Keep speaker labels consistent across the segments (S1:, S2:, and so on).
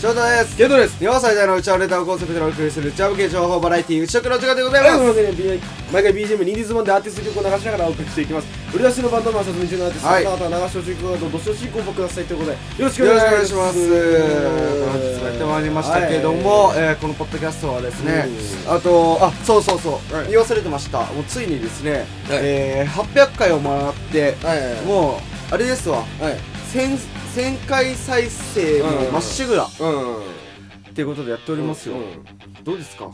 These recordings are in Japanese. S1: 翔太です
S2: ゲートです
S1: 日本最大のうちわネタをコンセプトにお送りするうちわ向け情報バラエティうちとくの時間でござい
S2: はい、
S1: ま
S2: と
S1: す
S2: いうことで、B- 毎回 BGM にリズムでアーティスト曲を流しながらお送りしていきます。売り出しのバンドマンさん、中のアーティスト、
S1: はい
S2: あなたは流しを中国語とどしどしご応募くださいということで、よろしく
S1: よ
S2: お
S1: ろしくお
S2: 願
S1: 願
S2: い
S1: い
S2: し
S1: し
S2: ま。
S1: ますす本日もやってまいりましたけども、えーこのポッドキャストはですねあとあそうそうそう、
S2: はい
S1: 言い忘れてましたもうついにですね、えー800回を回って、
S2: はい、はい、はいも
S1: もうあれですわ
S2: う、はい、
S1: 1000 1000回再生もまっしぐら、
S2: うん、
S1: っていうことでやっておりますよ、
S2: うん
S1: どうですか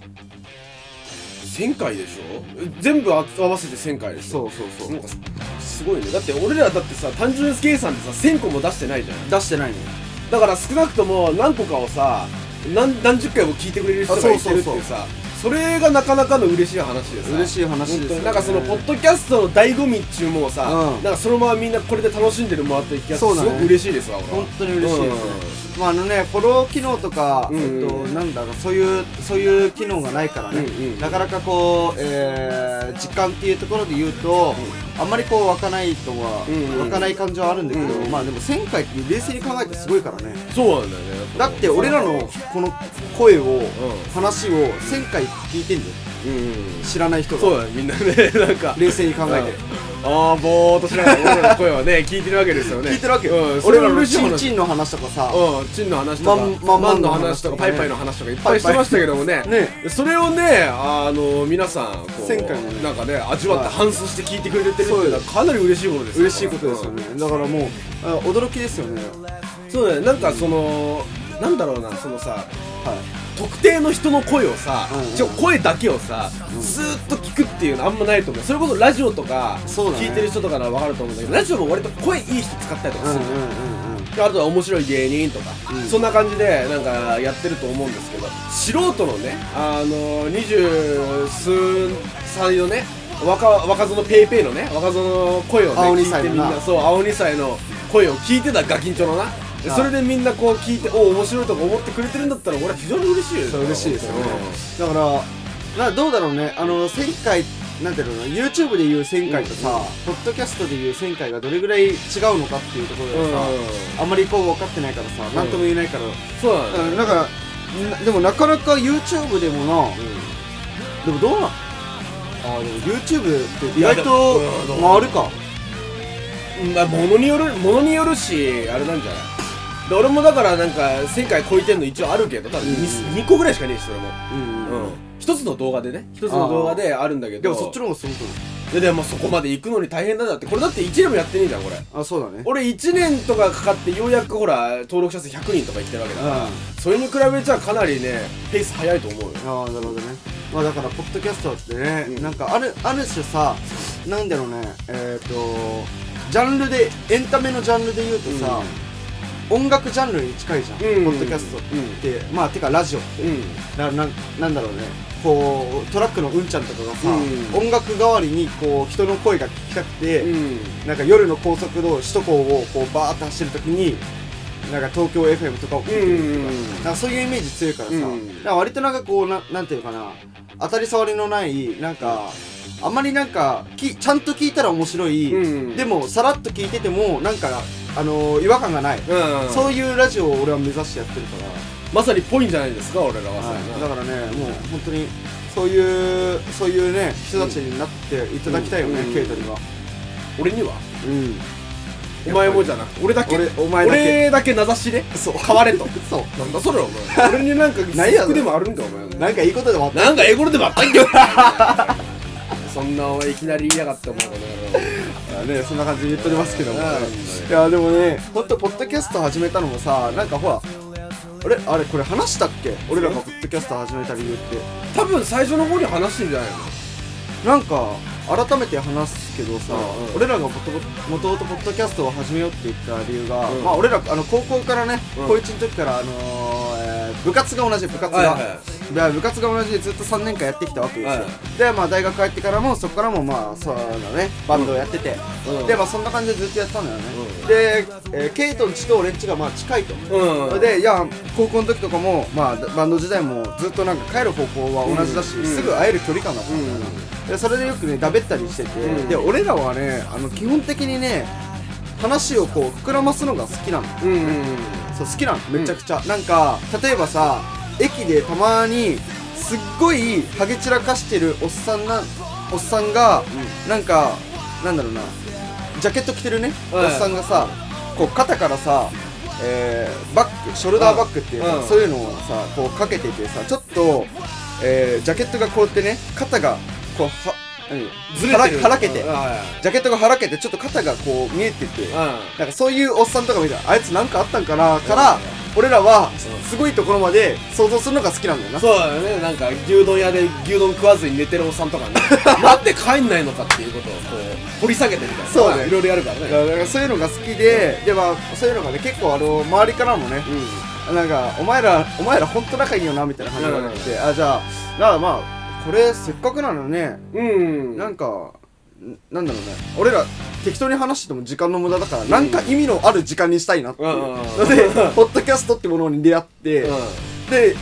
S2: 1000回でしょ全部あ合わせて1000回でしょ
S1: そうそうそう
S2: なんかすごいねだって俺らだってさ単純計算でさ1000個も出してないじゃん
S1: 出してないね
S2: だから少なくとも何個かをさ何何十回も聞いてくれる人がいてるっていうさそれがなかなかの嬉しい話でさ
S1: 嬉しい話ですよね
S2: 本当になんかそのポッドキャストの醍醐味っちゅうもんをさ、
S1: うん
S2: なんかそのままみんなこれで楽しんでるもらってる気がして
S1: そう
S2: す
S1: だ
S2: ご
S1: ね
S2: く嬉しいですわ俺は
S1: 本当に嬉しいですね、まああのねフォロー機能とか、
S2: うんうん
S1: えっとなんだろうそういうそういう機能がないからね、
S2: うんうん
S1: なかなかこう、えー実感っていうところで言うと、あんまりこう湧かないとは、
S2: うんうん
S1: 湧かない感じはあるんだけど、
S2: うんうん
S1: まあでも1000回って冷静に考えてすごいからね
S2: そうなんだよね
S1: だって俺らのこの声を、話を1000回聞いてんだよ
S2: うん、うん、
S1: 知らない人
S2: そ
S1: が
S2: うだねみんなね なんか
S1: 冷静に考えて、
S2: うんああぼーっとしながら俺らの声はね聞いてるわけですよね
S1: 聞いてるわけよ、
S2: うん、そ
S1: 俺
S2: れは
S1: らの
S2: 嬉しい
S1: チン
S2: 話
S1: チンの話とかさ、
S2: うん、チンの話とか、
S1: まん
S2: マ
S1: ま
S2: ン
S1: んまん
S2: の
S1: の
S2: 話
S1: 話とかね
S2: とか、パイパイの話とかいっぱいしてましたけどもね、
S1: パイパイ
S2: それをね、あの皆さんこう
S1: 前回もね
S2: なんかね、味わって
S1: はい
S2: 反芻して聞いてくれてるっていうのはかなり嬉しいことですよ
S1: 嬉しいことですよね、だからもうあ驚きですよね
S2: うんそうだね、なんかその、なんだろうな、そのさ、
S1: はい
S2: 特定の人の声をさ
S1: うんう、ん
S2: ちょ声だけをさ、ずーっと聞くっていうのあんまないと思う。それこそラジオとか、
S1: そうだね
S2: 聞いてる人とかならわかると思うんだけど、ラジオも割と声いい人使ったりとか
S1: うん
S2: す
S1: うん
S2: る
S1: うん
S2: じゃん
S1: うん
S2: あとは面白い芸人とか、
S1: うん
S2: そんな感じでなんかやってると思うんですけど素人のねあの二十数歳のね若若園ペイペイのね若園の声をね
S1: 青二
S2: 聞い
S1: 歳
S2: て
S1: の
S2: みん
S1: な
S2: なそう青二歳の声を聞いてたガキンチョのなで
S1: ああ
S2: それでみんなこう聞いてお面白いとか思ってくれてるんだったら俺は非常に嬉しいよ
S1: そう嬉しいですよねだからなどうだろうねあの1000回なんていうのかな YouTube で言う1000回とさ、ポッドキャストで言う1000回がどれぐらい違うのかっていうところ
S2: うん
S1: でさ、あんまりこう分かってないからさ
S2: ん
S1: 何とも言えないから、
S2: そうなんだよ
S1: うんなんかなでもなかなか YouTube でもなでもどうなんあーでも YouTube って意外と
S2: いやでもう
S1: 回
S2: ん
S1: るか
S2: まあ、ものによる、ものによるし、あれなんじゃないで俺もだからなんか、1000回超えてんの一応あるけど、多分 2, 2個ぐらいしかねえし、それも。
S1: うん
S2: うん。一つの動画でね。一つの動画であるんだけど。
S1: でもそっちの方がすごくない
S2: いやでもそこまで行くのに大変なんだって。これだって1年もやってねえじゃん、これ。
S1: あそうだね
S2: 俺1年とかかかってようやくほら、登録者数100人とかいってるわけだから。
S1: うん
S2: それに比べちゃかなりね、ペース早いと思うよ。
S1: ああなるほどねまあだからポッドキャストってね、
S2: うん
S1: なんかあるある種さなんだろうねえっ、とジャンルでエンタメのジャンルで言うとさ、音楽ジャンルに近いじゃん、
S2: うん
S1: ポッドキャストって、まあてかラジオって
S2: うん。
S1: ななんなんだろうねこうトラックのうんちゃんとかがさ、
S2: うん
S1: 音楽代わりにこう人の声が聞きたくて、
S2: うん。
S1: なんか夜の高速道路首都高をこうバーッと走るときになんか東京 FM とかを聞いてるとか,、
S2: うん
S1: なんかそういうイメージ強いからさ、
S2: うん
S1: なんか割となんかこうななんていうのかな当たり障りのないなんかあんまりなんかきちゃんと聞いたら面白い、
S2: うん
S1: でもさらっと聞いててもなんかあのー違和感がない、
S2: うん。
S1: そういうラジオを俺は目指してやってるから。
S2: まさにぽいんじゃないですか、俺らはさ。
S1: はい、だからね、もう本当にそういうそういうね人たちになっていただきたいよね、
S2: うん
S1: ケイトには。
S2: 俺には
S1: うん、
S2: お前もじゃなくて、俺だけ。
S1: 俺お前だけ
S2: 俺だけ名指しで
S1: そう
S2: 変われと
S1: そ
S2: なんだそれお前俺になんか
S1: 何や
S2: 不服でもあるんかお
S1: う、
S2: 前
S1: なんかいいことでもあった。
S2: なんか英語でもあったんけよ そんなお前いきなり言いやがってお前こ
S1: ね、そんな感じで言っておりますけども、ね
S2: うん
S1: いやでもね、本当ポッドキャスト始めたのもさ、なんかほら、あれあれこれ話したっけ？俺らがポッドキャスト始めた理由って、
S2: の多分最初の方に話してんじゃないの
S1: なんか改めて話すけどさ、
S2: うんうん
S1: 俺らがもともとポッドキャストを始めようって言った理由が、
S2: うん
S1: まあ俺らあの高校からね、
S2: うん
S1: 高一の時からあのーえー部活が同じ部活が。
S2: はいはい
S1: で部活が同じでずっと3年間やってきたわけですよ、
S2: はい
S1: でまあ大学帰ってからもそこからもまあそうだねバンドをやってて、
S2: うん
S1: でまあそんな感じでずっとやってたんだよね、
S2: うん
S1: で、えーケイトんちと俺んちがまあ近いと、
S2: うん
S1: でいや高校の時とかも、まあ、バンド時代もずっとなんか帰る方向は同じだし、
S2: うん
S1: すぐ会える距離感だったんだよね、でそれでよくねだべったりしてて、
S2: うん
S1: で俺らはねあの基本的にね話をこう膨らますのが好きなの
S2: うんうん
S1: そう好きなのめちゃくちゃ、なんか例えばさ駅でたまにすっごいハゲ散らかしてるおっさんなおっさんが、なんかなんだろうなジャケット着てるね、
S2: はい
S1: おっさんがさこう肩からさえーバッグショルダーバッグっていうか、
S2: うん
S1: そういうのをさこうかけててさちょっと、えージャケットがこうやってね肩がこうは何
S2: ずれてる
S1: はらはらけて
S2: うん
S1: ジャケットがはらけてちょっと肩がこう見えてて、
S2: う
S1: なんかそういうおっさんとか見たらあいつなんかあったんかなから、
S2: うん
S1: 俺らは
S2: うん
S1: すごいところまで想像するのが好きなんだよなん
S2: そうだよねなんか牛丼屋で牛丼食わずに寝てるおっさんと かねなんで帰んないのかっていうことをこう掘り下げてみたいな
S1: そうね
S2: まあいろいろやるから
S1: だ
S2: ね
S1: からだからそういうのが好きで、でまあそういうのがね結構あの周りからもね、なんかお前らお前ら本当仲いいよなみたいな話が出てきて、あじゃあなあまあこれせっかくなのね、
S2: うんうん
S1: なんかんなんだろうね俺ら適当に話してても時間の無駄だから、なんか意味のある時間にしたいなっていう、
S2: うんうんうん
S1: のでポッドキャストってものに出会って、
S2: う
S1: で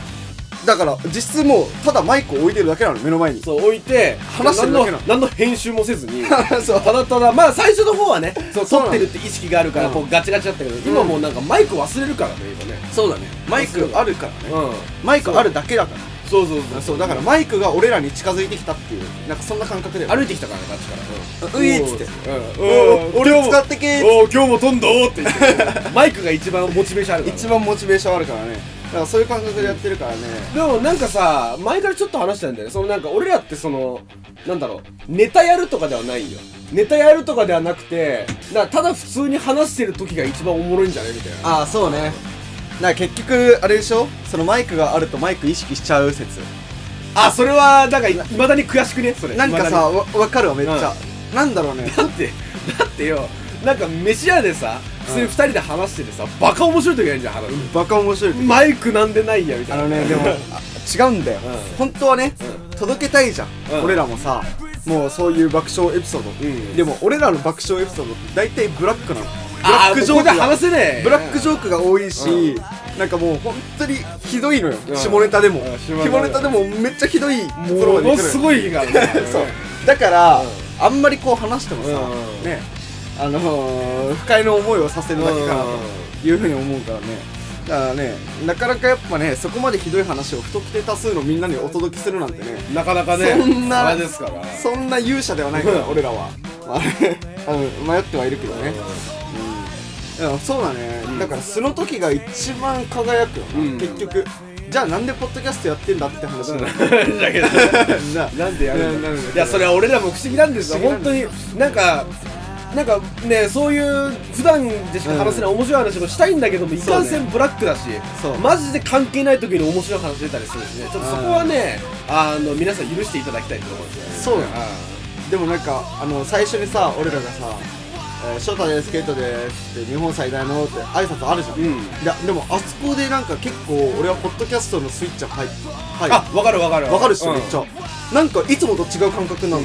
S1: だから実質もうただマイクを置いてるだけなの目の前に
S2: ん、そう置いて
S1: 話してるだけなの
S2: 何の何の編集もせずに
S1: そう
S2: ただただまあ最初の方はねそう
S1: そう
S2: 撮
S1: な
S2: っ
S1: の
S2: てるって意識があるから
S1: うん
S2: こうガチガチだったけど、今もうなんかマイク忘れるからね今ね
S1: そうだねマイクあるからね
S2: う
S1: マイクあるだけだか
S2: んそうそうそ
S1: ら
S2: う
S1: そうだからマイクが俺らに近づいてきたっていうなんかそんな感覚で
S2: 歩いてきたからねガチから
S1: ういっつって
S2: うん
S1: お
S2: うん
S1: お俺を使ってけ
S2: おお今日も飛んだおって言って マイクが一番モチベーションあるから
S1: 一番モチベーションあるからねだからそういう感覚でやってるからね
S2: でもなんかさ前からちょっと話したんだよねそのなんか俺らってそのなんだろうネタやるとかではないよネタやるとかではなくてなただ普通に話してる時が一番おもろいんじゃないみたいな
S1: ああそうねだから結局あれでしょそのマイクがあるとマイク意識しちゃう説
S2: あそれはなんかいまだに悔しくねそれ
S1: なんか
S2: 未だ
S1: さわ分かるわめっちゃ、なんだろうね
S2: にだってだってよなんか飯屋でさ普通に二人で話しててさ、バカ面白い時あるじゃん話して
S1: バカ面白い
S2: マイクなんでないやみた
S1: あ
S2: いな
S1: のね、 でも、あ違うんだよ
S2: う。ん
S1: 本当はね、届けたいじゃん
S2: う。ん
S1: 俺らもさ、もうそういう爆笑エピソー
S2: ん
S1: ド。でも、俺らの爆笑エピソードって大体ブラックなの。ブラ
S2: あ
S1: ッ
S2: ー
S1: クジョ
S2: こ
S1: ー
S2: こ
S1: ク
S2: で
S1: が
S2: 話せねえ
S1: ブラックジョークが多いし
S2: う、
S1: なんかもう本当にひどいのよ。
S2: うん
S1: 下ネタでも
S2: うん。下ネタでも
S1: 下ネタでもめっちゃひどいところまで
S2: も
S1: 来
S2: の
S1: る。
S2: すごい日がある
S1: そう。だから
S2: うん、
S1: あんまりこう話してもさ
S2: うん、
S1: ね、あのー、不快な思いをさせるだけかなと
S2: うん
S1: いうふうに思うからねだからねなかなかやっぱねそこまでひどい話を不特定多数のみんなにお届けするなんてね
S2: なかなかね
S1: そんな
S2: あれですから
S1: そんな勇者ではないから
S2: うん
S1: 俺らは、まあね、あの迷ってはいるけどね、うん、いやそうだね、だから素の時が一番輝くよな、
S2: うん
S1: 結局じゃあなんでポッドキャストやってんだって話になる
S2: だけど
S1: じゃあ
S2: なんでやるんだ
S1: な
S2: ろ
S1: な
S2: う
S1: んで
S2: いやそれは俺らも不思議なんですよ
S1: 不思
S2: 本
S1: 議
S2: 当になんかなんかねそういう普段でしか話せない面白い話もしたいんだけども、いかんせんブラックだし
S1: そう
S2: マジで関係ない時に面白い話出たりするしねちょっとそこはね、あの皆さん許していただきたいと思うんです
S1: そう
S2: よね
S1: だねでもなんかあの最初にさ俺らがさ「えー、翔太ですケイトです」って「日本最大の」って挨拶あるじゃん、
S2: うん
S1: いやでもあそこでなんか結構俺はポッドキャストのスイッチが入って入
S2: あ分かる分かる
S1: わかるっしょ、
S2: う
S1: め
S2: ん
S1: っちゃなんかいつもと違う感覚なの、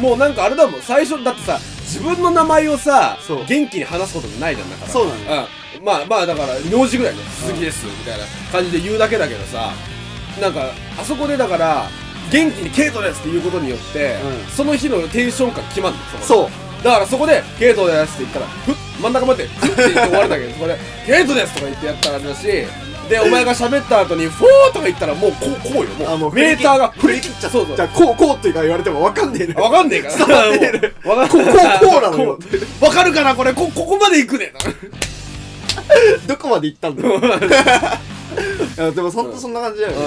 S2: もうなんかあれだもん最初だってさ自分の名前をさ
S1: そう
S2: 元気に話すこともないじゃんだから
S1: そうなの
S2: ね、うん、まあまあだから名字ぐらいね「鈴木です」みたいな感じで言うだけだけどさなんかあそこでだから元気に「ケイトです」って言うことによって、
S1: うん
S2: その日のテンション感決まるのこで
S1: そう
S2: だからそこで「ゲートです」って言ったらふっ真ん中待ってふって言って終わるんだけどそこで「ゲートです」とか言ってやったらあれだしでお前が喋った後に「フォー」とか言ったらもうこうこうよもう
S1: あもう
S2: メーターが
S1: 振り切っちゃった
S2: そうそう
S1: じゃあこうこうっていうか言われてもわかんねえね
S2: わかんねえから
S1: 伝わってる
S2: もうわか
S1: こ
S2: ん
S1: う
S2: ね
S1: こ
S2: え
S1: うこうなのよ
S2: わかるかなこれこここまで行くね
S1: どこまで行ったんだろういやでもほんとそんな感じだよね、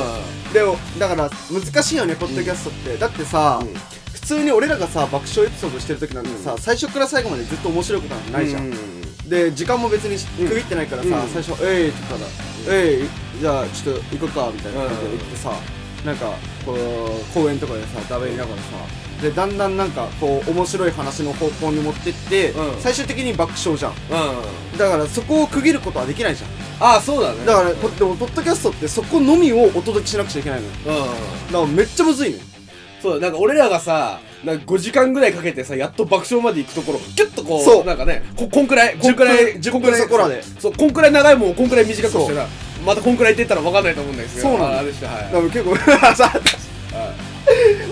S1: でもだから難しいよねポッドキャストって、だってさ、
S2: うん
S1: 普通に俺らがさ爆笑エピソードしてる時なんてさ、最初から最後までずっと面白いことなんてないじゃん、で時間も別に区切ってないからさ、
S2: うん
S1: 最初「えい」とかだ「えいじゃあちょっと行こうか」みたいな感じで行ってさ、なんかこう公園とかでさ食べながらさでだんだんなんかこう面白い話の方向に持ってって、
S2: うん
S1: 最終的に爆笑じゃん
S2: うん
S1: だからそこを区切ることはできないじゃん
S2: ああそうだね
S1: だからこでもポッドキャストってそこのみをお届けしなくちゃいけないのよ
S2: うん
S1: だからめっちゃむずいね
S2: そうだなんか俺らがさなんか5時間ぐらいかけてさやっと爆笑まで行くところキュッとこう
S1: そう
S2: なんかねここんくらいこんくらい
S1: 10分
S2: こんくい
S1: そこらで
S2: そうこんくらい長いもんをこんくらい短くしてなまたこんくらいって言ったらわかんないと思うんですけど
S1: そうなの
S2: まああれしてはい
S1: だから結構 さ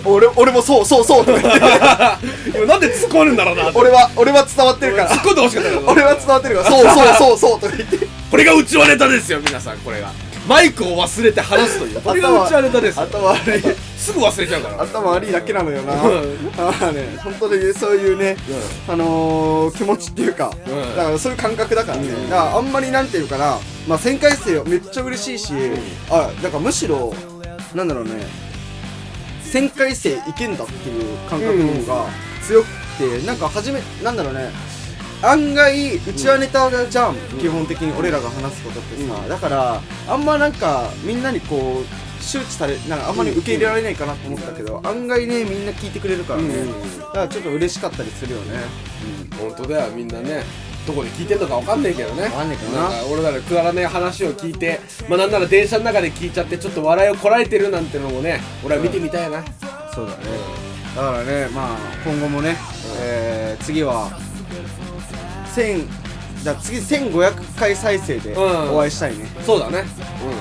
S1: 俺俺もそうそうそうと か言って
S2: 今なんで突っ込むんだろうなって
S1: 俺は俺は伝わってるから
S2: 突っ込んでほしかったけど
S1: 俺は伝わってるからそうそうそうそうとか言って
S2: これがうちわネタですよ皆さんこれがマイクを忘れて話すというこれがうちわネタですよ
S1: 頭悪い
S2: すぐ忘れちゃうから
S1: 頭悪いだけなのよな
S2: うん
S1: ああね本当にそういうね、あのー気持ちっていうか、
S2: うん
S1: だからそういう感覚だからね、
S2: うん
S1: だからあんまりなんていうかな、まあ、1000回生めっちゃ嬉しいし、あだからむしろなんだろうね1000回生いけんだっていう感覚の方が強くて、なんか初めなんだろうね案外うちはネタじゃん、基本的に俺らが話すことってさ、
S2: うん
S1: だからあんまなんかみんなにこう周知されなんかあんまり受け入れられないかなと思ったけど、案外ねみんな聞いてくれるからね、
S2: うん
S1: だからちょっと嬉しかったりするよね、
S2: 本当だよみんなねどこで聞いてんのかわかんないけどね
S1: わかんないけどなん
S2: か俺らのくだらない話を聞いてまあなんなら電車の中で聞いちゃってちょっと笑いをこらえてるなんてのもね俺は見てみたいな、
S1: そうだねだからねまあ今後もね、えー次は1000じゃあ次1500回再生で
S2: うん
S1: お会いしたいね、
S2: そうだね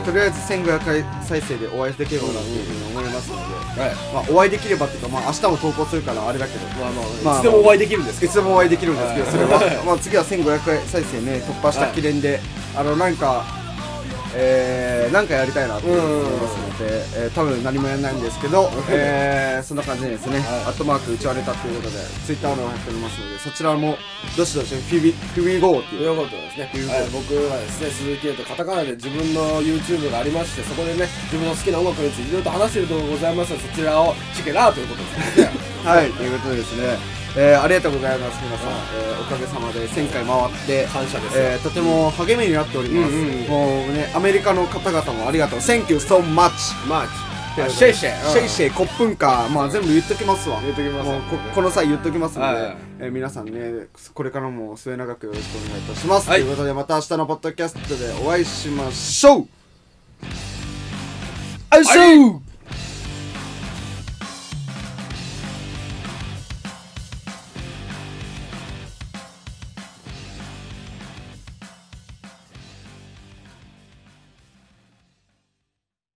S1: とりあえず1500回再生でお会いできればなっていうふうに思いますので、
S2: うんはい
S1: まあ、お会いできればっていうか、まあ、明日も投稿するからあれだけど、
S2: まあまあ、
S1: まあ
S2: いつでもお会いできるんですけ
S1: い
S2: ど
S1: つでもお会いできるんですけど、
S2: はい
S1: それは、 まあ、次は1500回再生ね、突破した記念で、あの、なんか、えー、なんかやりたいなと思いますので、えー、多分何もやらないんですけど、えー、そんな感じでですね、
S2: は
S1: ア
S2: い
S1: ットマークうちわネタということで、ツイッターの方やっておりますので、そちらも、どしどし、フィビ、フィビゴーって
S2: と
S1: い、
S2: いううことでですね、
S1: いうことで
S2: はい、僕はですね鈴木優とカタカナで自分の YouTube がありましてそこでね自分の好きな音楽についていろいろと話している動画がございますのでそちらをチェケラーということですね
S1: はい、ということでですね、えー、ありがとうございます、皆さん。
S2: はい
S1: えーおかげさまで1000回回って、
S2: 感謝です、
S1: えー、とても励みになっております、
S2: うんうんうん
S1: もうねアメリカの方々もありがとう Thank you so much
S2: マーチシェイシェイ
S1: シェイシェイコップンカーまあ全部言っときますわ
S2: 言っときます
S1: もうここの際言っときますので、
S2: はいはい
S1: えー皆さんねこれからも末永くよろしくお願いいたします、
S2: はい
S1: ということでまた明日のポッドキャストでお会いしましょうあいしょう